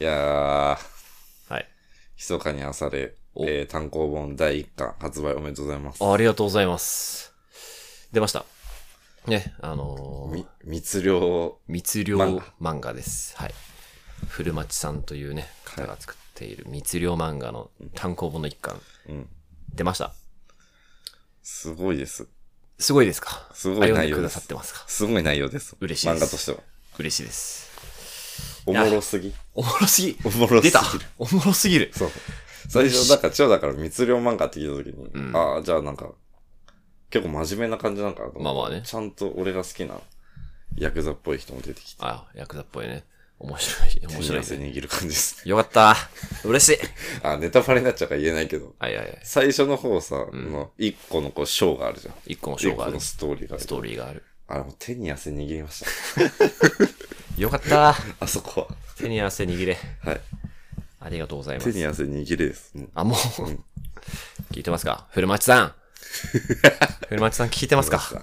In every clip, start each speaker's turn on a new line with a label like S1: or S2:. S1: いやー、
S2: はい。
S1: 密かにあされ、
S2: お
S1: えー単行本第1巻発売おめでとうございます。
S2: ありがとうございます。出ました。ね、あのー
S1: み、密漁、
S2: 密漁
S1: 漫
S2: 漫画です。はい。古町さんというね、方が作っている密漁漫画の単行本の一巻、
S1: うん、
S2: 出ました。
S1: すごいです。
S2: すごいですか
S1: すごい
S2: あ
S1: 内
S2: 読んで
S1: 容
S2: く
S1: で
S2: だ
S1: す
S2: さってますか
S1: すごい内容です。
S2: 嬉しいで
S1: 漫
S2: す
S1: 画としては。
S2: 嬉しいです。
S1: おもろすぎ。
S2: おもろすぎ
S1: おもろすぎる
S2: 出たおもろすぎる
S1: そう。最初、だから、千代だから密漁漫画って聞いたときに、
S2: うん
S1: ああ、じゃあなんか、結構真面目な感じなんかなと思って
S2: まあまあね
S1: ちゃんと俺が好きな、ヤクザっぽい人も出てきて、
S2: あ、ヤクザっぽいね。面白 い、面白いです
S1: 手
S2: ね。
S1: に汗握る感じですね。
S2: よかった。嬉しい。
S1: あ、ネタバレになっちゃうから言えないけど、
S2: はいはいはい。
S1: 最初の方さ、
S2: ん
S1: の一個のこう、ショーがあるじゃん。
S2: 一個の章
S1: 一個
S2: がある。
S1: の
S2: ス
S1: ストーリーがある。
S2: トーリーがある。
S1: あれもう手に汗握りました。
S2: よかった。
S1: あそこは。
S2: 手に汗握れ。
S1: はい。
S2: ありがとうございま
S1: 手
S2: す。
S1: に汗握りです。もう
S2: あ、もう、聞いてますか古町 さん古町さん聞いてますか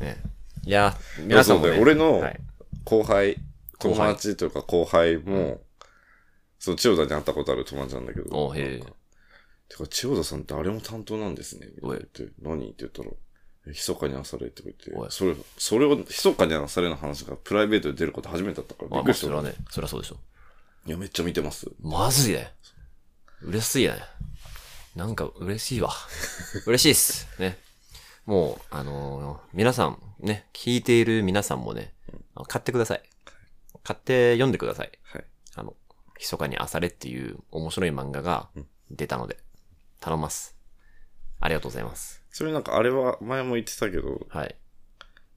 S2: ね、いや、皆さんも、
S1: そう
S2: ね、
S1: そう俺の
S2: はい
S1: 後輩、
S2: 後輩
S1: 友達というか後輩も、その千代田に会ったことある友達なんだけど。
S2: おうへえ
S1: なんかてか、千代田さんってあれも担当なんですね。みたいな言って、何って言ったら、え密かにあされって言って
S2: おい、
S1: それ、それを、密かにあされの話がプライベートで出ること初めてだったから、び
S2: まあ、
S1: っく
S2: まあ
S1: りし
S2: そ
S1: た
S2: れ。はね、それはそうでしょ。
S1: いや、めっちゃ見てます。
S2: まずいね。嬉しいね。なんか嬉しいわ。嬉しいっす。ね。もう、あのー皆さん、ね、聞いている皆さんもね、あの買ってください。買って読んでください。
S1: はい。
S2: あの、密かにあされっていう面白い漫画が出たので、頼みます。ありがとうございます。
S1: それなんか、あれは前も言ってたけど、
S2: はい。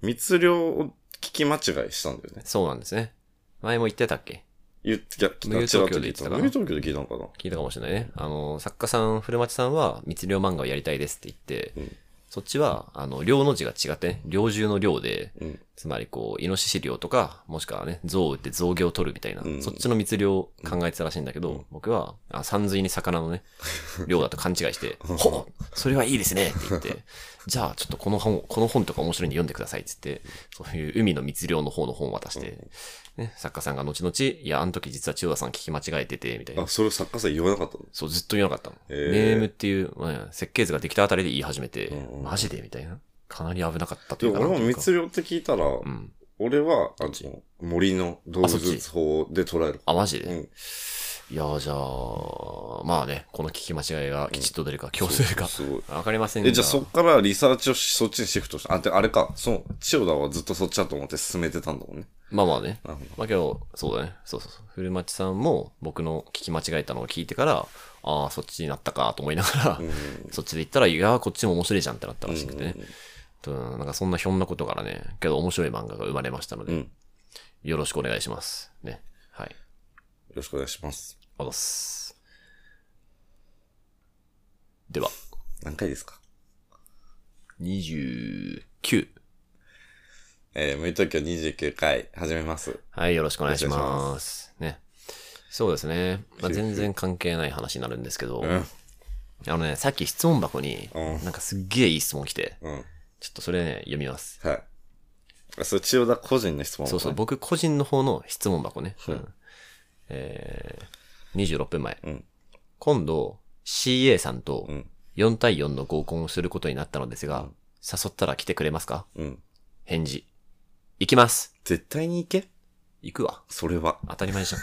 S1: 密漁を聞き間違いしたんだよね。
S2: そうなんですね。前も言ってたっけ
S1: 言って、いや
S2: 無友東京で言って
S1: ち
S2: た
S1: ら
S2: かな
S1: っと無友東京で聞いたのかな
S2: 聞いたかもしれないね。あの、作家さん、古町さんは密漁漫画をやりたいですって言って、
S1: うん
S2: そっちは、あの、漁の字が違ってね、猟銃の猟で、
S1: うん。
S2: つまりこう、イノシシ漁とか、もしくはね、象を撃って象牙を取るみたいな、
S1: うん
S2: そっちの密漁を考えてたらしいんだけど、
S1: うん
S2: 僕は、あ山水に魚の ね、漁だと勘違いして、ほうそれはいいですねって言って、じゃあちょっとこの本、この本とか面白いんで読んでくださいって言って、そういう海の密漁の方の本を渡して、ね、作家さんが後々、いや、あの時実は千代田さん聞き間違えてて、みたいな
S1: あ、。それを作家さん言わなかったの
S2: そう、ずっと言わなかったの。
S1: へー
S2: ネームっていう、まあ、設計図ができたあたりで言い始めて、
S1: うんうん
S2: マジでみたいな。かなり危なかった
S1: で
S2: というか
S1: も
S2: な
S1: 俺も
S2: んていうか
S1: 密漁って聞いたら、
S2: うん。
S1: 俺は、あ
S2: っち
S1: の、森の動物法で捉える。
S2: あ、マジで、
S1: うん。
S2: いや、じゃあ、まあね、この聞き間違いがきちっと出るか、強制か。
S1: すごい。
S2: わかりませんが。
S1: え、じゃあそっからリサーチをしそっちにシフトした。あ、で、あれか。そう。千代田はずっとそっちだと思って進めてたんだもんね。
S2: まあまあね。
S1: なるほ
S2: まあけど、そうだね。そうそうそう。古町さんも僕の聞き間違えたのを聞いてから、ああ、そっちになったかと思いながら、
S1: ど。うん。
S2: そっちで行ったら、いやー、こっちも面白いじゃんってなったらしくてね
S1: うん。
S2: となんかそんなひょんなことからね、けど面白い漫画が生まれましたので、
S1: うん。よ
S2: よろしくお願いします。ね。はい。
S1: ろしくお願いします。
S2: おどす。では、
S1: 何回ですか
S2: 29。
S1: えー、無理東京29回始めます。
S2: はい、よろしくお願いし
S1: よろしくお願
S2: ます。ね。そうですね。まあ、全然関係ない話になるんですけど、
S1: うん。
S2: あのね、さっき質問箱に、
S1: うん
S2: なんかすっげえいい質問来て、
S1: うん。はい。
S2: ちょっとそれね、読みます。
S1: あそれ千代田個人の質問
S2: そうそう、
S1: 僕。
S2: 僕個人の方の質問箱ね。
S1: うん
S2: うんえー、26分前。
S1: うん
S2: 今度、CA さんと
S1: うん。
S2: 4対4の合コンをすることになったのですが、誘ったら来てくれますか
S1: うん。
S2: 返事。行きます。
S1: 絶対に行け
S2: 行くわ。
S1: それは。
S2: 当たり前じ ゃん。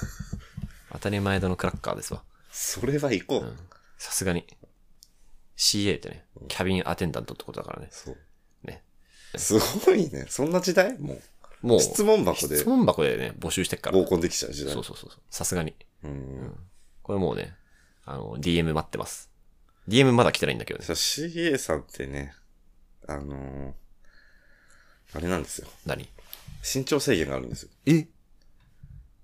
S2: 当たり前だのクラッカーですわ。
S1: それは行こう。
S2: うんさすがに。CA ってね、キャビンアテンダントってことだからね。
S1: そう。
S2: ね。
S1: すごいね。そんな時代もう。
S2: もう、
S1: 質問箱で
S2: 質問箱でね、募集してっから。
S1: 合コンできちゃう時代。
S2: そうそうそう。さすがに。
S1: うん。
S2: これもうね、あの、DM 待ってます。DM まだ来てないんだけどね
S1: さ。CA さんってね、あのーあれなんですよ。
S2: 何
S1: 身長制限があるんですよ。
S2: え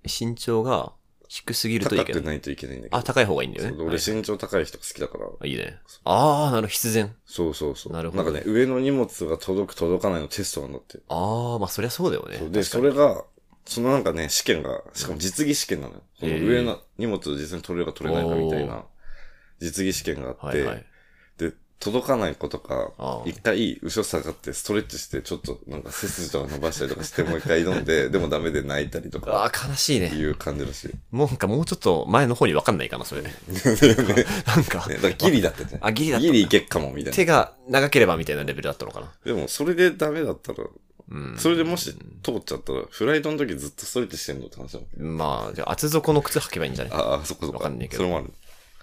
S2: 身長が低すぎるとい
S1: 高
S2: け
S1: く
S2: ない。
S1: ないといけないんだけど。
S2: あ、高い方がいいんだよ
S1: そうで
S2: ね。
S1: 俺身長高い人が好きだから。
S2: はい、いいね。あー、なるほど、必然。
S1: そうそうそう。
S2: なるほど
S1: んかね、上の荷物が届く届かないのテストなんだって。
S2: あー、まあそりゃそうだよね。
S1: そうで、それが、そのなんかね、試験が、しかも実技試験なのよ。その
S2: へえ
S1: 上の荷物を実際に取れるか取れないかみたいな、実技試験があっ
S2: は
S1: て、
S2: いはい。
S1: で、届かない子とか
S2: あ、ー
S1: 一回後ろ下がってストレッチして、ちょっとなんか背筋とか伸ばしたりとかして、もう一回挑ん で、でもダメで泣いたりとか、
S2: ああ、悲しい
S1: い
S2: ね。
S1: う感じら しい。
S2: もうなんかもうちょっと前の方に分かんないかな、 それ。なんか
S1: ね、だからギリだったじゃん。
S2: あギリだった
S1: ギリいけっかも、みたいな。
S2: 手が長ければみたいなレベルだったのかな。
S1: でも、それでダメだったら、
S2: うん。
S1: それでもし通っちゃったら、フライトの時ずっとストレッチしてんのって話だもん。
S2: まあ、じゃあ厚底の靴履けばいいんじゃない
S1: ああ、そっかそっか。
S2: わかんねえけ
S1: そ
S2: ど
S1: れもある。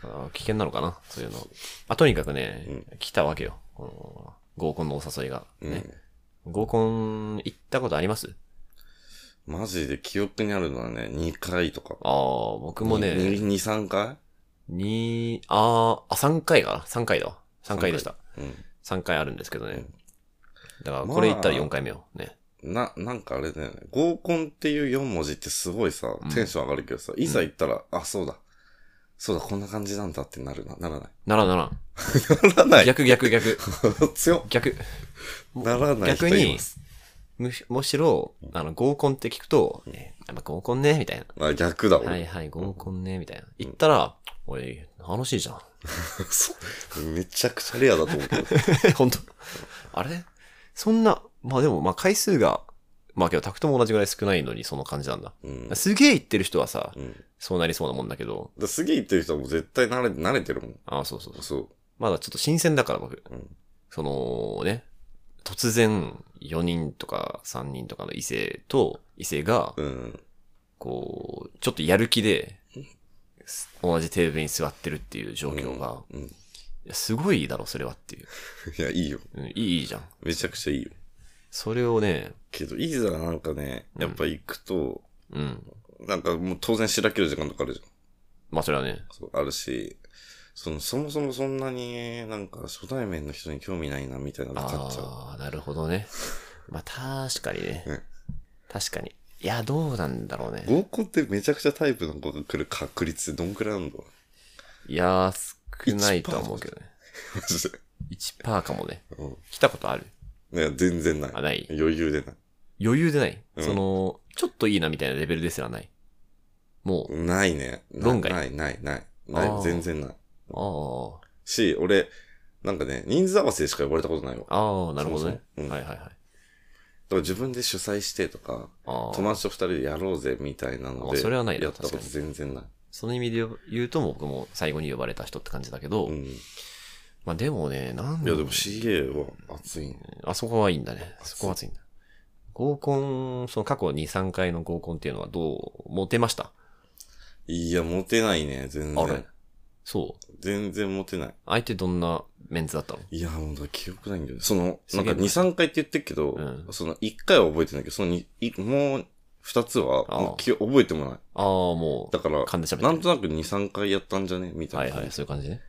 S2: あー危険なのかなそういうの。あ、とにかくね、
S1: うん
S2: 来たわけよ。この合コンのお誘いが。
S1: うん。
S2: ね、合コン行ったことあります
S1: マジで記憶にあるのはね、2回とか。
S2: ああ、僕
S1: 2、
S2: もね、
S1: 2 3回
S2: に、あーあ、3回かな ?3 回だわ。3回でした。
S1: う
S2: 3回あるんですけどね。だから、
S1: まあ
S2: これ行ったら4回目よ。ね。
S1: ん。な、なんかあれだよね。合コンっていう4文字ってすごいさ
S2: うん、
S1: テンション上がるけどさ、いざ行ったら、あ、そうだ。そうだ、こんな感じなんだってなるな。ならない。
S2: ならんならん。
S1: ならない。
S2: 逆 逆逆。
S1: 強
S2: 逆。
S1: っならない人
S2: 逆
S1: い
S2: に
S1: ます。、
S2: むしむしろ、あの、合コンって聞くと、えやっぱ合コンね、みたいな。
S1: あ、逆だ、
S2: は
S1: 俺。
S2: いはい、合コンね、みたいな。行ったら、おい、楽しいじゃん。
S1: そうめちゃくちゃレアだと思う けど。
S2: 本当あれそんな、まあでも、まあ回数が、まあけど、タクトも同じぐらい少ないのに、その感じなんだ。
S1: うん。
S2: すげえ行ってる人はさ、
S1: うん。だか
S2: そうなりそうなもんだけど、
S1: らすげえ言ってる人はもう絶対慣れ慣れてるもん。
S2: ああ、そうそうそう。
S1: そ
S2: まだちょっと新鮮だから、僕。
S1: う。うん。
S2: そのね、突然、4人とか3人とかの異性と、異性が、
S1: うん。
S2: こう、ちょっとやる気で、同じテーブルに座ってるっていう状況が、
S1: うん。い
S2: いやすごいだろ、それはっていう。
S1: や、いいよ。
S2: うん、いいいいじゃん。
S1: めちゃくちゃいいよ。
S2: それをね、
S1: けど、いざなんかね、やっぱ行くと、
S2: うん。
S1: なんかもう当然しらける時間とかあるじゃん。
S2: まあそれはね、
S1: そう、あるし、その、そもそもそんなに、なんか初対面の人に興味ないな、みたいなの買っちゃう。
S2: ああ、なるほどね。まあ確かにね。
S1: うん
S2: 確かに。いや、どうなんだろうね。
S1: 合コンってめちゃくちゃタイプの子が来る確率ってどんくらいあるの
S2: いやー、少ないとは思うけどね。
S1: マジで。
S2: 1%かもね。
S1: うん。
S2: 来たことある
S1: ね、全然ない。
S2: あ、ない。
S1: 余裕でない。
S2: 余裕でない。
S1: うん
S2: その、ちょっといいなみたいなレベルですらない。もう、
S1: ないね。な
S2: 論外
S1: ない、ない、ない。な
S2: あー
S1: い、全然ない。
S2: あ
S1: し、俺、なんかね、人数合わせでしか呼ばれたことないわ。だか
S2: あ、ああ、なるほどね。
S1: そもそもうん
S2: はいはいはい。
S1: ら自分で主催してとか、
S2: ああ、
S1: 友達と二人でやろうぜ、みたいなの
S2: あ
S1: で。
S2: それはないな
S1: やったこと
S2: 確か
S1: 全然ない。
S2: その意味で言うと、僕も最後に呼ばれた人って感じだけど、
S1: うん。い
S2: まあでもね、なんだ
S1: や、
S2: ろう
S1: でも CA は熱いね。
S2: あそこはいいんだね。そこは熱いんだ。合コン、その過去2、3回の合コンっていうのはどう、モテました
S1: いや、モテないね、全
S2: あれ
S1: 然。
S2: そう。
S1: 全然モテない。
S2: 相手どんなメンツだったの
S1: いや、もうだ、記憶ないんだよね。その、
S2: すげ
S1: な
S2: え
S1: んか2、3回って言ってるけど、
S2: うん
S1: その1回は覚えてないけど、そのにいもう2つは、
S2: ああ
S1: もう記覚えてもない。
S2: ああ、もう、
S1: だから、
S2: 噛んで喋って
S1: な
S2: る
S1: んとなく2、3回やったんじゃねみた
S2: はいい
S1: な。
S2: はい、そういう感じね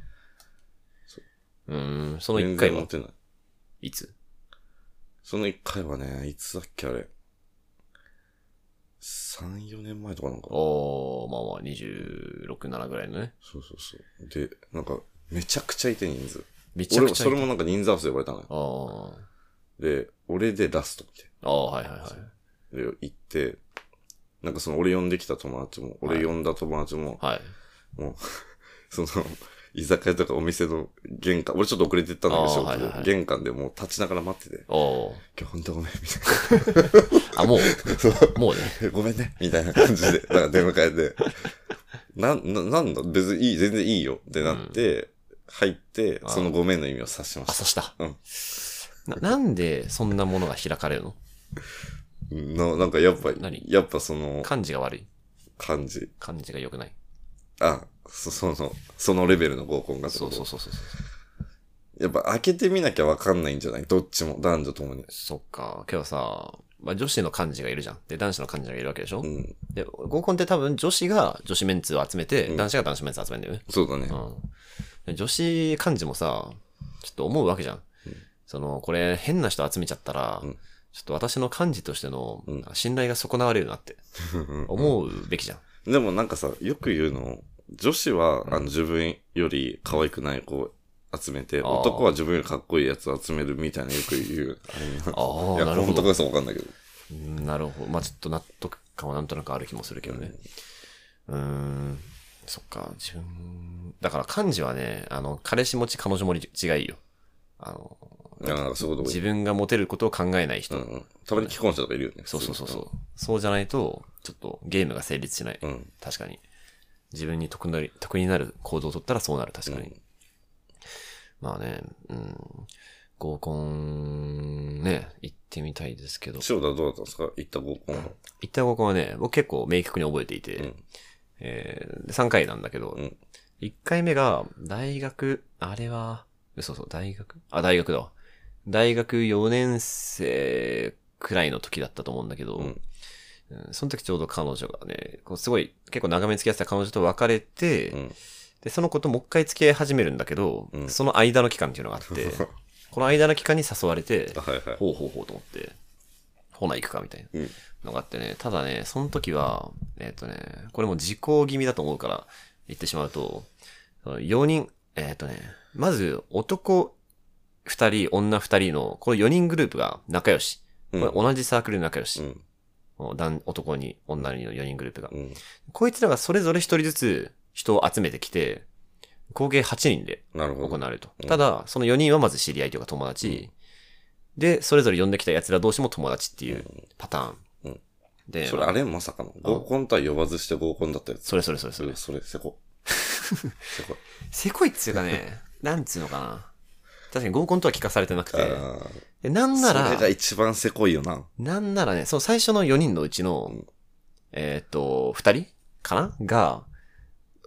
S1: そ。
S2: うーん、その1
S1: 全
S2: 回
S1: 然モ
S2: は、
S1: テない。
S2: いつ
S1: その1回はね、いつだっけ、あれ。3、4年前とかなんかな。
S2: おー、まあまあ、26、7ぐらいのね。
S1: そうそうそう。で、なんか、めちゃくちゃいて人数。
S2: めちゃ
S1: 俺
S2: く
S1: も、
S2: ちゃ
S1: そ
S2: い
S1: れ
S2: た。
S1: もなんか人数合わせで呼ばれたのよ。
S2: あー
S1: で、俺でラストみたいな。
S2: あー、はいはいはい。
S1: で、行って、なんかその俺呼んできた友達も、俺呼んだ友達も、
S2: はい。
S1: その、居酒屋とかお店の玄関、俺ちょっと遅れてったんだけど、
S2: あー
S1: 仕事で
S2: はいはいはい
S1: 玄関でもう立ちながら待ってて、
S2: おー。
S1: 今日本当ごめん、みたい
S2: あ、も、
S1: な。 そう
S2: もうね。
S1: ごめんね、みたいな感じで、なんか出迎えて、な、な、なんだ、別にいい、全然いいよってなって、入って、
S2: あー
S1: そのごめんの意味を察しま
S2: あ、
S1: し
S2: 刺した。
S1: うん
S2: ななんで、そんなものが開かれるの
S1: た。ななんかやっぱ
S2: 何、
S1: やっぱその
S2: 感じが悪い。
S1: 感じ。
S2: 感じが良くない。
S1: あ、そ、その、そのレベルの合コンがってこ
S2: そ
S1: と
S2: うそうそうそうそう。
S1: やっぱ開けてみなきゃわかんないんじゃないどっちも、男女ともに。
S2: そっか。けどさ、まあ、女子の幹事がいるじゃん。で、男子の幹事がいるわけでしょ、
S1: うん。
S2: で、合コンって多分女子が女子メンツを集めて、
S1: うん
S2: 男子が男子メンツを集めるんだよね。
S1: そうだね。
S2: うん。で女子幹事もさ、ちょっと思うわけじゃん。
S1: うん
S2: その、これ変な人集めちゃったら、
S1: うん
S2: ちょっと私の幹事としての
S1: うん
S2: 信頼が損なわれるなって思うべきじゃん。
S1: でもなんかさ、よく言うの、女子は、あの、自分より可愛くない子を集めて、
S2: あー
S1: 男は自分よりかっこいいやつを集めるみたいなよく言う。
S2: ああ、
S1: いや、
S2: なるほ
S1: 本
S2: ど
S1: 当。かそうわかんないけど。
S2: うんなるほど。まあちょっと納得感はなんとなくある気もするけどね。うーん。そっか、自分、だから漢字はね、あの、彼氏持ち彼女持ち違いよ。あの、
S1: いや、なんかそういうこと多
S2: 自
S1: い
S2: 分がモテることを考えない人。
S1: うんうん。たまに既婚者とかいるよね。
S2: そうそうそうそう。そうじゃないと、ちょっとゲームが成立しない。
S1: うん。うん。
S2: 確かに。自分に得なり得になる行動を取ったらそうなる、確かに。
S1: うん
S2: まあね、うん。合コン、ね、行ってみたいですけど。
S1: 塩田はどうだったんですか行った合コンは。
S2: 行った合コンはね、僕結構明確に覚えていて、
S1: うん
S2: えーで3回なんだけど、
S1: うん
S2: 1回目が、大学、あれは、そうそう、大学あ、大学だわ。大学4年生くらいの時だったと思うんだけど、
S1: うん
S2: うんその時ちょうど彼女がね、こうすごい、結構長めに付き合ってた彼女と別れて、
S1: うん。
S2: で、その子ともう一回付き合い始めるんだけど、
S1: うん
S2: その間の期間っていうのが あって、この間の期間に誘われて
S1: あ、 はいはい。
S2: ほうほうほうと思って、ほな行くかみたいな。
S1: うん。
S2: のがあってね、ただね、その時は、えっ、とね、これも時効気味だと思うから言ってしまうと、4人、えっ、とね、まず男2人、女2人の、この4人グループが仲良し。
S1: う
S2: こ
S1: ん
S2: れ同じサークルで仲良し
S1: う。ん。
S2: 男男に、女にの4人グループが。
S1: うん。
S2: こいつらがそれぞれ1人ずつ人を集めてきて、合計8人で
S1: なるほ
S2: 行
S1: ど。
S2: われると
S1: う。ん
S2: ただ、その4人はまず知り合いというか友達。で、それぞれ呼んできた奴ら同士も友達っていうパターン。
S1: うん
S2: で、
S1: それあれまさかの合コンとは呼ばずして合コンだったやつ。
S2: それそれそれそ
S1: そ
S2: れ
S1: れ、。それ、せ こ。せこい。
S2: せこいっつう かね、なんつうのかな。確かに合コンとは聞かされてなくて。
S1: ああ。
S2: でなんな
S1: それが
S2: ら、
S1: 一番せこいよな。
S2: なんならね、その最初の4人のうちの、
S1: うん
S2: えーっと、2人かなが、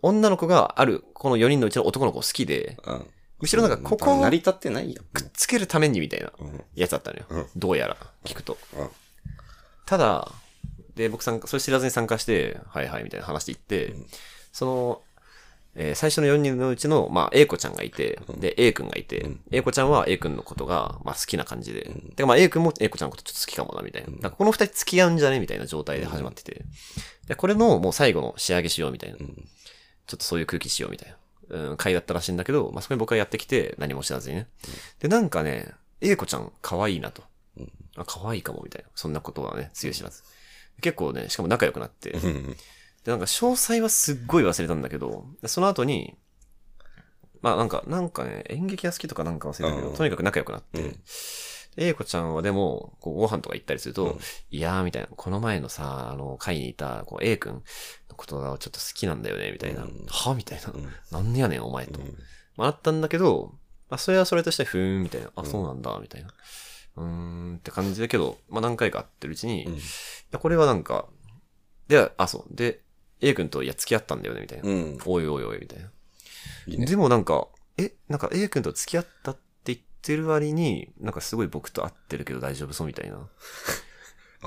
S2: 女の子がある、この4人のうちの男の子を好きで、
S1: うん。
S2: むしろなんかここを
S1: 成り
S2: くっ
S1: 立ってないやん。
S2: つけるためにみたいな
S1: うん。
S2: やつだったのよ。
S1: うん
S2: どうやら、聞くと。
S1: うん。
S2: ただ、で、僕参加、それ知らずに参加して、はいはいみたいな話で行って、
S1: うん
S2: その、えー最初の4人のうちの、まあ、A 子ちゃんがいて、
S1: うん
S2: で、A 君がいて、
S1: うん
S2: A 子ちゃんは A 君のことが、まあ、好きな感じで、
S1: うん
S2: で、まあ、A 君も A 子ちゃんのことちょっと好きかもな、みたいな。
S1: うん
S2: だからこの2人付き合うんじゃねみたいな状態で始まってて、で、これのもう最後の仕上げしよう、みたいな。
S1: うん。
S2: ちょっとそういう空気しようみたいな、うん、回だったらしいんだけど、まあ、そこに僕はやってきて何も知らずにね。で、なんかね、英子ちゃん可愛いなと
S1: うん。
S2: あ、可愛いかもみたいな。そんなことはね、つゆ知らず。結構ね、しかも仲良くなって。
S1: う
S2: で、
S1: ん。
S2: なんか詳細はすっごい忘れたんだけど、その後に、まあなんか、なんかね、演劇が好きとかなんか忘れたけど、
S1: うん
S2: とにかく仲良くなって、
S1: うん
S2: で英子ちゃんはでも、こうご飯とか行ったりすると、
S1: うん
S2: いやーみたいな、この前のさ、あの、会にいた、こう、A 君のことがちょっと好きなんだよね、みたいな。
S1: うん
S2: はみたいな。
S1: うん
S2: なんでやねん、お前と
S1: う。ん
S2: まあ、あったんだけど、まあ、それはそれとして、ふーん、みたいな。あ、
S1: うん
S2: そうなんだ、みたいな。うーんって感じだけど、まあ、何回か会ってるうちに、
S1: う
S2: い
S1: ん
S2: やこれはなんか、で、あ、そう。で、A 君と、いや、付き合ったんだよね、みたいな。
S1: うん。
S2: おいおいおい、みたいな。
S1: いいね。
S2: でもなんか、え、なんか A 君と付き合ったって言ってる割に、なんかすごい僕と会ってるけど大丈夫そう、みたいな。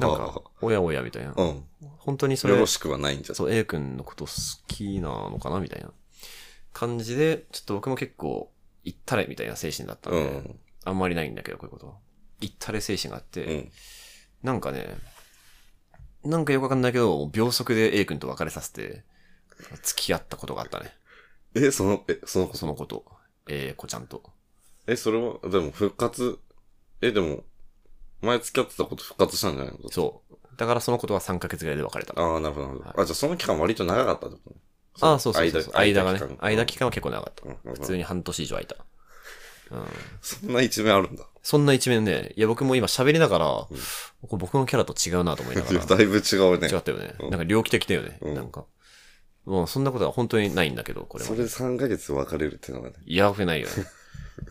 S2: なんか、おやおや、みたいな
S1: あ。あ、うん。
S2: 本当にそれ
S1: よろしくはないんじゃ。
S2: そう、A 君のこと好きなのかなみたいな感じで、ちょっと僕も結構、行ったれみたいな精神だったん
S1: う
S2: で、
S1: ん。
S2: あんまりないんだけど、こういうことは。行ったれ精神があっ
S1: う
S2: て、
S1: ん。
S2: なんかね、なんかよくわかんないけど、秒速で A 君と別れさせて、付き合ったことがあったね。
S1: え、その、え、その、
S2: そのこと。えー、子ちゃんと。
S1: え、それは、でも復活、え、でも、前付き合ってたこと復活したんじゃないの
S2: そう。だからそのことは3ヶ月ぐらいで別れた。
S1: ああ、なるほど、なる
S2: は
S1: ほ
S2: い
S1: ど。あ、じゃあその期間割と長かったってことね。
S2: ああ、そうそうそうそう間
S1: 間間
S2: がね
S1: 期間。
S2: 間期間は結構長かった。
S1: うん
S2: 普通に半年以上空いた。うん。
S1: そんな一面あるんだ。
S2: そんな一面ね、いや僕も今喋りながら、こ
S1: うん
S2: れ僕のキャラと違うなと思いなが
S1: いや
S2: ら。
S1: だいぶ 違うね
S2: 違。ったよね。
S1: うん
S2: なんか猟奇的だよね。
S1: うん
S2: なんか。もうそんなことは本当にないんだけど、これは
S1: そ。れ3ヶ月別れるってのがね。
S2: いや、ふな いよね。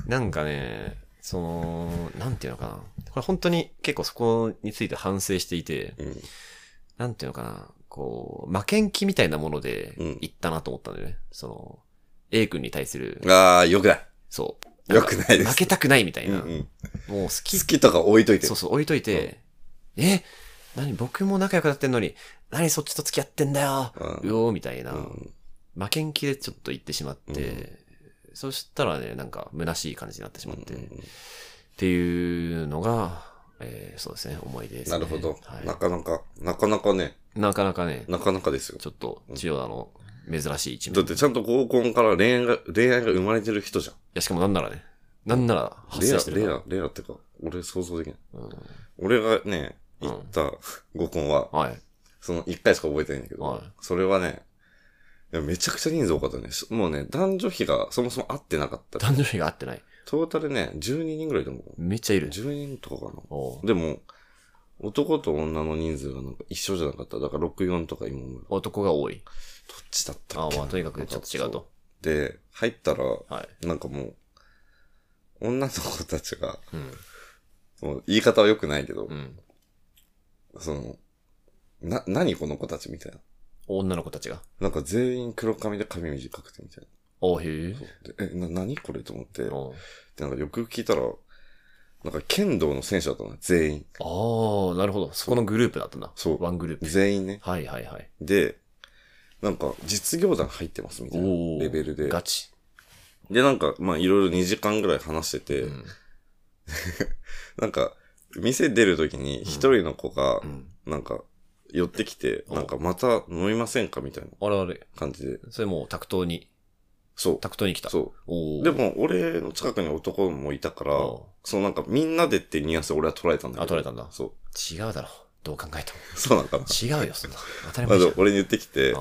S2: なんかね、その、なんていうのかな。これ本当に結構そこについて反省していて、
S1: うん。
S2: なんていうのかな。こう、負けん気みたいなもので
S1: うん、
S2: いったなと思ったんだよね。その、A 君に対する、
S1: ああ、よくない。
S2: そう。
S1: よくないです。
S2: 負けたくないみたい
S1: うんう
S2: な。
S1: ん。
S2: もう好き
S1: 好きとか置いといて
S2: そう。そう、置いといて、え何僕も仲良くなってんのに、何そっちと付き合ってんだよ、
S1: う
S2: うんおーみたいな、
S1: うん
S2: 負けん気でちょっと言ってしまって、
S1: う
S2: そしたらね、なんか虚しい感じになってしまって、
S1: うんうん
S2: っ
S1: うん
S2: ていうのが、えーそうですね、思い出です、
S1: な
S2: ね。
S1: るほど。な
S2: は
S1: かなか、なかなかね、
S2: い、なかなかね、
S1: なかなかですよ。
S2: ちょっと、千代田の珍しい一
S1: だ
S2: 面。
S1: っ
S2: い
S1: てちゃんと合コンから恋愛が、恋愛が生まれてる人じゃん。
S2: や、しかもなんならね、なんなら発
S1: レ
S2: 生してる
S1: ア、レ
S2: から
S1: ア、レアってか、俺想像できない。
S2: うん
S1: 俺がね、
S2: うん
S1: 行った合コンは、
S2: はい。
S1: その1回しか覚えてないんだけど、
S2: はい
S1: それはね、いやめちゃくちゃ人数多かったね。しもうね、男女比がそもそも合ってなかった。
S2: 男女比が合ってない。
S1: トータルね、12人ぐらいいたのかな。
S2: めっちゃいる。
S1: 10人とかかな。
S2: おう
S1: でも、男と女の人数がなんか一緒じゃなかった。だから64とか今思う。どっ
S2: 男が多い。
S1: ちだった
S2: あ
S1: っ
S2: あ、
S1: け
S2: まあ、とにかくちょっと違う。
S1: なん
S2: と
S1: か。そうで、入ったら、
S2: はい。
S1: なんかもう、女の子たちが、
S2: うん。
S1: もう言い方は良くないけど
S2: う、ん。
S1: その、な、何この子たちみたいな。
S2: 女の子たちが。
S1: なんか全員黒髪で髪短くてみたいな。
S2: おうへえ。
S1: でえ、な、何これと思って、で、
S2: おう
S1: なんかよくよく聞いたら、なんか剣道の選手だったの、全員。
S2: ああ、なるほど。そこのグループだったんだ。
S1: そう
S2: ワングループ。
S1: 全員ね。
S2: はいはいはい。
S1: で、なんか実業団入ってますみたいな
S2: おお。
S1: レベルで。
S2: ガチ。
S1: で、なんか、まあいろいろ2時間ぐらい話してて、
S2: うん。
S1: なんか、店出るときに一人の子が
S2: う、ん。
S1: なんか、寄ってきて、
S2: お
S1: なんかまた飲みませんかみたいな
S2: あれあれ。
S1: 感じで。
S2: それもう、タクトに、
S1: そ
S2: タクトに来
S1: う。
S2: た。
S1: そう。
S2: おお。
S1: でも、俺の近くに男もいたから、
S2: お
S1: そのなんか、みんなでってニュアンスで俺は捉えたんだけど。
S2: あ捉えたんだ、
S1: そう
S2: 違うだろ。どう考えても。
S1: う。そうなんかな。
S2: 違うよ、そんな。当たり
S1: ま
S2: 前じゃ
S1: ず
S2: ん。
S1: 俺に言ってきて、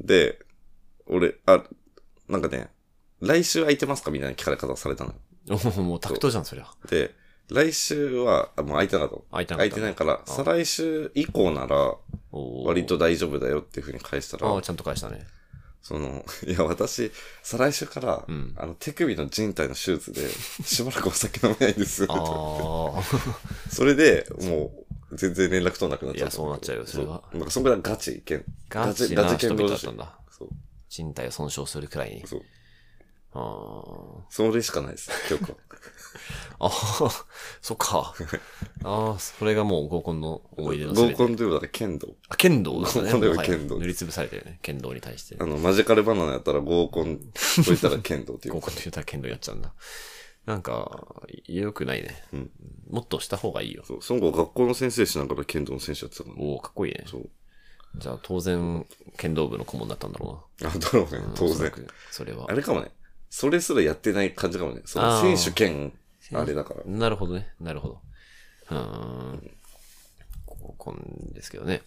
S1: で、俺、あ、なんかね、来週空いてますかみたいな聞かれ方されたのよ。
S2: うん、 もうタクトじゃん、そりゃ。
S1: で、来週は、あもう空いてなかったの。
S2: 開
S1: 空い
S2: いてなかった
S1: てないから、
S2: あ
S1: 再来週以降なら、
S2: おー
S1: 割と大丈夫だよっていう風に返した
S2: ああ、
S1: ら、
S2: ちゃんと返したね。
S1: その、いや、私、再来週から、
S2: うん
S1: あの、手首の靭帯の手術 で、しばらくお酒飲めないんです
S2: ああ。
S1: それで、もう、全然連絡取んなくなっちゃった。
S2: いやそうなっちゃうよそれは
S1: うなんか、そんぐらいガチ意見。
S2: ガチ
S1: ガ
S2: な
S1: チ剣
S2: 人
S1: 道
S2: 々だ
S1: 女
S2: った
S1: 子
S2: ん。だ。
S1: そう。
S2: 人体を損傷するくらいに。
S1: そう。
S2: あー
S1: それしかないです、今日は。
S2: あー、そっか。ああ、それがもう合コンの 思い出の全
S1: 合
S2: て
S1: コンというか、剣道。
S2: あ、剣道だったね。
S1: 合コンでは
S2: もはや
S1: 剣道
S2: 塗りつぶされたよね。剣道に対して
S1: あ。の、マジカルバナナやったら合コンと言ったら剣道っていう
S2: 合。コンと言ったら剣道やっちゃうんだ。なんか、良くないね。
S1: うん
S2: もっとした方がいいよ。
S1: そう、その後学校の先生しながら剣道の選手やってたからね。
S2: おおかっこいいね。
S1: そう。
S2: じゃあ、当然、剣道部の顧問だったんだろ
S1: あ、だろう
S2: う
S1: ね
S2: な。うん、
S1: 当
S2: おそ
S1: 然。
S2: らく。それは
S1: あ。れかもね。それすらやってない感じかもね。その
S2: あ
S1: 選
S2: ー
S1: 手兼、あれだから。
S2: なるほどね。なるほど。うーん。合コンですけどね。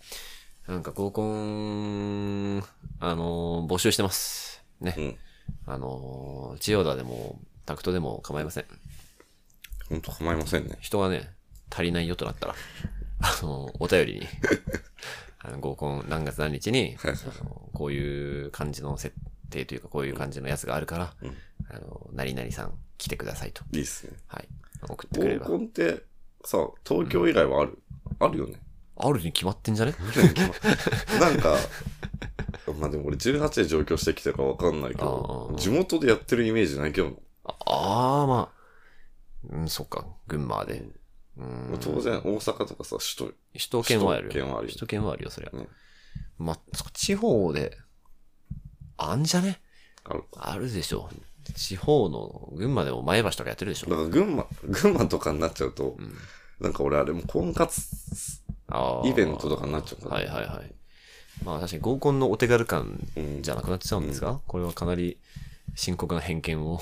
S2: なんか合コン、あのー募集してます。ね。
S1: うん。
S2: あのー千代田でも、タクトでも構いません。
S1: ほんと構いませんね。
S2: 人がね、足りないよとなったら、 あのーお 便りに、あの合コン何月何日に、あ
S1: はい
S2: の
S1: はい
S2: ーこういう感じの設定というか、こういう感じのやつがあるから、
S1: うん
S2: あのー何々さん来てくださいと。
S1: いいっすね。
S2: はい。送ってくれれ
S1: 合
S2: ば
S1: コ。ンって、さ、東京以外はある、あるよね。
S2: あるに決まってんじゃね
S1: なんか、まあでも俺18で上京してきたからわかんないけ
S2: あ
S1: ど、
S2: ー
S1: 地元でやってるイメージないけど、
S2: ああー、まあ。うん、そっか。群馬で。うん。
S1: 当然大阪とかさ、首都、
S2: 首都圏はあるよ。
S1: 首都圏はあるよ
S2: 首都圏はあるよ、そりゃ。
S1: ね
S2: まあ、そっか地方で、あんじゃね
S1: あるか。
S2: あるでしょ。地方の、群馬でも前橋とかやってるでし
S1: だ
S2: ょ。
S1: から群馬、 群馬とかになっちゃうと
S2: う、ん。
S1: なんか俺あれもう婚活
S2: あー
S1: イベントとかになっちゃうから。
S2: はいはいはい。まあ、確かに合コンのお手軽感
S1: うん、
S2: じ
S1: ゃ
S2: ゃなくなっちゃうんですが、これはかなり深刻な偏見を。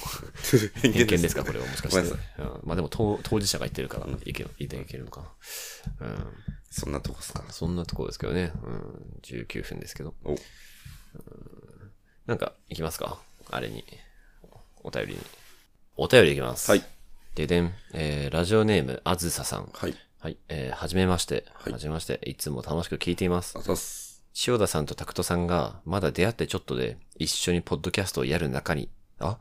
S1: 偏
S2: 偏見ですか、これはもしかし
S1: ご
S2: て
S1: めんな。
S2: うんまあでも当、当事者が言ってるから、いけいていけるのかな。うん。
S1: そんなとこっすか。
S2: そんなところですけどね。うん。19分ですけど。
S1: お、
S2: なんか、いきますかあれに。お便りに。お便りいきます。
S1: はい。
S2: ででん。えー、ラジオネーム、あずささん。
S1: はい。
S2: はい。えー、はじめまして。
S1: はい
S2: はじめまして。いつも楽しく聞いています
S1: あ。ざっす。
S2: 千代田さんと拓人さんが、まだ出会ってちょっとで、一緒にポッドキャストをやる中に、あ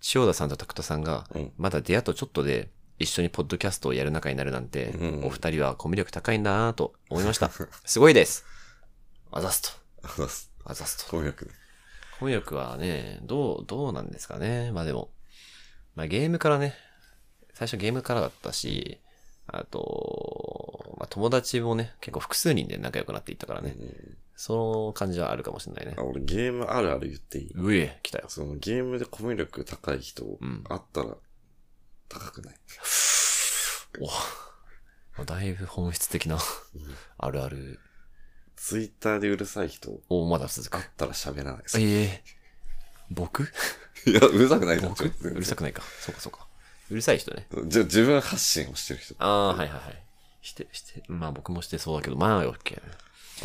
S2: 千代田さんと拓人さんが
S1: うん、
S2: まだ出会ってちょっとで、一緒にポッドキャストをやる仲になるなんて、
S1: うん
S2: お二人はコミュ力高いなぁと思いました。すごいですあざすと。
S1: あざっす。
S2: あざすと。
S1: 婚約ね。
S2: コミュ力はね、どう、どうなんですかね。まあでも、まあゲームからね、最初ゲームからだったし、あと、まあ友達もね、結構複数人で仲良くなっていったからね。
S1: うん
S2: その感じはあるかもしれないね
S1: あ、。俺ゲームあるある言っていいう
S2: え、来たよ。
S1: そのゲームでコミュ力高い人、
S2: うん
S1: あったら高くない。
S2: おだいぶ本質的な、あるある
S1: ツイッターでうるさい人、
S2: をまだ続
S1: あっ
S2: く。
S1: たら喋らない。
S2: いえ、 僕
S1: いや、うるさくない
S2: 僕うるさ
S1: く
S2: くないか。そうかそうか。うるさい人ね。
S1: じゃ自分発信をしてる人。あ
S2: ああ、はいはいはい。して、して、まあ僕もしてそうだけど、まあ OK。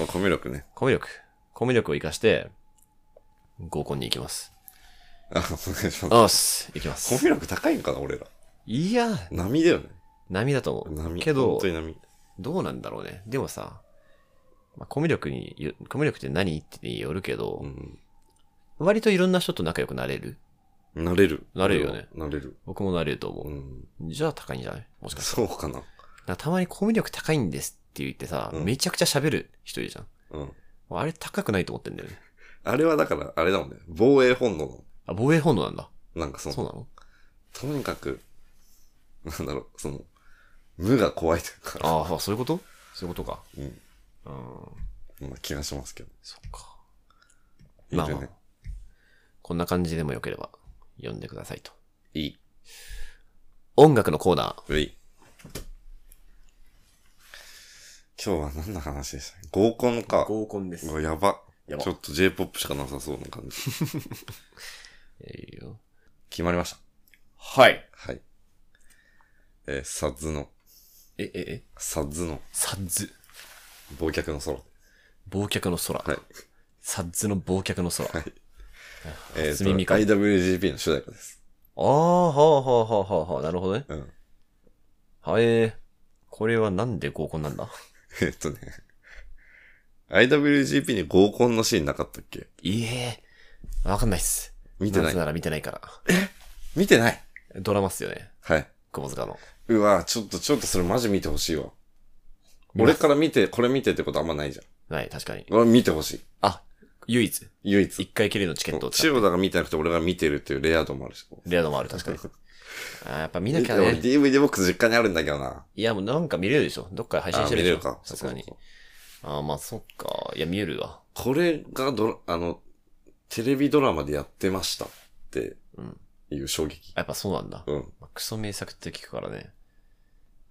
S1: コミュ力ね。
S2: コミュ力。コミュ力を活かして、合コンに行きます。
S1: あ、お願いします。
S2: よし、いきま
S1: コ
S2: す。
S1: ミュ力高いんかな、俺ら。
S2: いや、
S1: 波だよね。
S2: 波だと思う。
S1: 波。
S2: け
S1: 本
S2: ど
S1: 当、に波。
S2: どうなんだろうね。でもさ、まあ、コミュ力によ、コミュ力って何ってによるけど、
S1: うん。
S2: 割といろんな人と仲良くなれる。
S1: なれる。
S2: なれるよね
S1: なれる。
S2: 僕もなれると思
S1: う
S2: う。
S1: ん。
S2: じゃあ高いんじゃないもしかして。
S1: そうかな。
S2: なんかたまにコミュ力高いんですって言ってさ、
S1: うん
S2: めちゃくちゃ喋る人いるじゃん。
S1: うん。
S2: あれ高くないと思ってんだよね。
S1: あれはだから、あれだもんね。防衛本能の。
S2: あ、防衛本能なんだ。
S1: なんかその、
S2: そうなの
S1: とにかく、なんだろう、その、無が怖いというか、
S2: ああ、そういうことそういうことか。
S1: うん。
S2: うん。
S1: そんな気がしますけど。
S2: そっか。
S1: い
S2: まあ
S1: る
S2: まあ
S1: ね。。
S2: こんな感じでもよければ、読んでくださいと。
S1: いい。
S2: 音楽のコーナー。
S1: うい。今日は何の話でしたっけ合コンか。
S2: 合コンで
S1: うわやば。
S2: やば
S1: ちょっと J-POP しかなさそうな感じ。
S2: いいよ。
S1: 決まりました。
S2: はい。
S1: はい。えー、サッズの、
S2: え、え、え、
S1: サッズの、
S2: サッズ。
S1: 忘却の空。
S2: 忘却の空。
S1: はい。
S2: サッズの忘却の空。
S1: いえー、と
S2: 初耳か
S1: IWGP の主題歌です。
S2: ああ、はあはあはあはあはあ、なるほどね。
S1: うん。
S2: はい、えー。これはなんで合コンなんだ
S1: えーっとね。IWGP に合コンのシーンなかったっけ
S2: いいえ。わかんないっす。
S1: 見てな
S2: ぜ
S1: い。
S2: なら見てないから。
S1: 見てない
S2: ドラマっすよね。
S1: はい。
S2: 雲塚の。
S1: うわちょっと、ちょっとそれマジ見てほしいわ。俺から見て、これ見てってことあんまないじゃん。
S2: ない、確かに。
S1: 俺は見てほしい。
S2: あ、唯一。
S1: 唯一
S2: 一。回きりのチケットを使
S1: 千
S2: う。
S1: 代田が見てなくて俺が見てるっていうレア度もあるし。
S2: レアのもあ る、確かに。あーやっぱ見なきゃ
S1: え俺
S2: ね。
S1: DVD ボックス実家にあるんだけどな。
S2: いや、もうなんか見れるでしょ。どっかで配信
S1: あ
S2: して
S1: 見
S2: る
S1: れ
S2: で
S1: る
S2: しょ
S1: か。。
S2: さすがに
S1: そう。
S2: ああ、まあ、そっか。いや、見えるわ。
S1: そうそうこれがドラ、あの、テレビドラマでやってましたって
S2: うん。
S1: いう衝撃。
S2: やっぱそうなんだ。
S1: うん。
S2: まあクソ名作って聞くからね。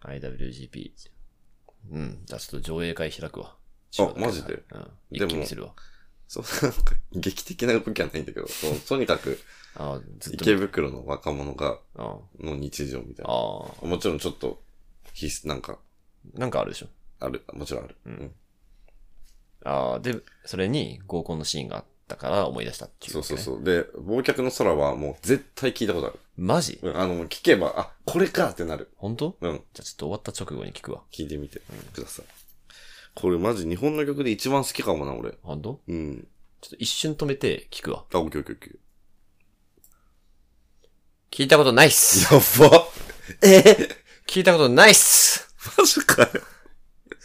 S2: IWGP。うん。じゃあちょっと上映会開くわ。
S1: あマジで
S2: うん。
S1: でも
S2: 一気にするわ。
S1: そう、なんか、劇的な動きはないんだけど、そうとにかく、
S2: ああ、ずっと
S1: 池
S2: 見。
S1: 袋の若者が、
S2: あ
S1: の日常みたいな。
S2: あ。あ
S1: もちろんちょっと、ひす、なんか、
S2: あなんかあるでしょ。
S1: ある、もちろんある。
S2: うんああ、で、それに合コンのシーンがあったから思い出したっていう、
S1: そうそう
S2: う。
S1: そう。で、忘却の空はもう絶対聞いたことある。
S2: マジ
S1: うん、あの、聞けば、あ、これかってなる。
S2: 本当
S1: うん、
S2: じゃあちょっと終わった直後に聞くわ。
S1: 聞いてみてください。これマジ日本の曲で一番好きかもな、俺。
S2: 本当
S1: うん。
S2: ちょっと一瞬止めて聞くわ。
S1: あ、オッケーオッケーオッケ
S2: 聞いたことないっす。
S1: ー。や ば
S2: え聞いたことないっす。
S1: マジかよ。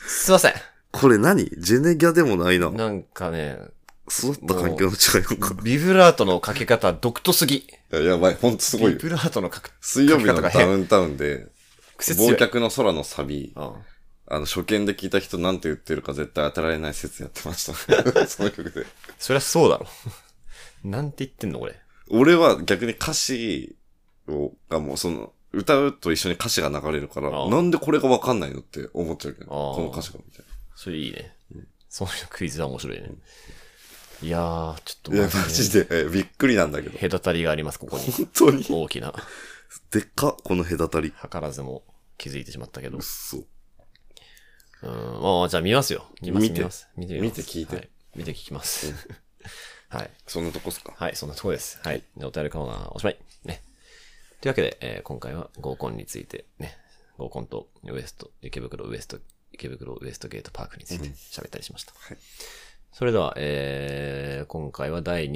S2: すいません。
S1: これ何ジェネギャでもないな。
S2: なんかね、
S1: 育った環境の違いよか
S2: ビブラートのかけ方独特すぎ。
S1: いや。やばい、ほんとすごい
S2: ビ
S1: よ。
S2: ブラートのかけ、
S1: 水曜日の
S2: 書き方が
S1: ダ
S2: 変
S1: ウンタウンで、
S2: 癖強
S1: 忘
S2: い。
S1: 却の空のサビ、
S2: うん
S1: あの、初見で聞いた人なんて言ってるか絶対当たられない説やってました。 その曲で。
S2: そりゃそうだろ。 なんて言ってんの、これ。
S1: 俺は逆に歌詞を、がもうその、歌うと一緒に歌詞が流れるから、
S2: ああ
S1: なんでこれがわかんないのって思っちゃうけど、
S2: ああ
S1: この歌詞がみたい
S2: それいいね。そのクイズは面白いね。いやー、ちょっと
S1: な。いや、マジで、 えびっくりなんだけど。
S2: 隔たりがあります、ここに。
S1: 本当に。
S2: 大きな。
S1: でっか、この隔たり。
S2: 図らずも気づいてしまったけど
S1: うっ。そ。
S2: うん、まあ、じゃあ見ますよ。見ます、
S1: 見て
S2: 見ます。見てみます
S1: 見て聞いて
S2: は見て聞きます。 はい。
S1: そんなとこっすか。
S2: はい、そんなとこです。はい。じゃあお便りコーナーおしまい。ね。というわけで、えー今回は合コンについて、ね。合コンとウエスト、池袋ウエスト、池袋ウエストゲートパークについて喋ったりしました。
S1: はい
S2: それでは、えー今回は第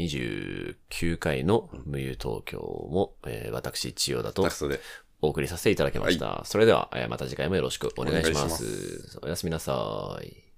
S2: 29回の無友東京も、えー私、千代田と
S1: ラストで。
S2: お送りさせていただきました。それでは、えーまた次回もよろしくお願いします。おやすみなさい。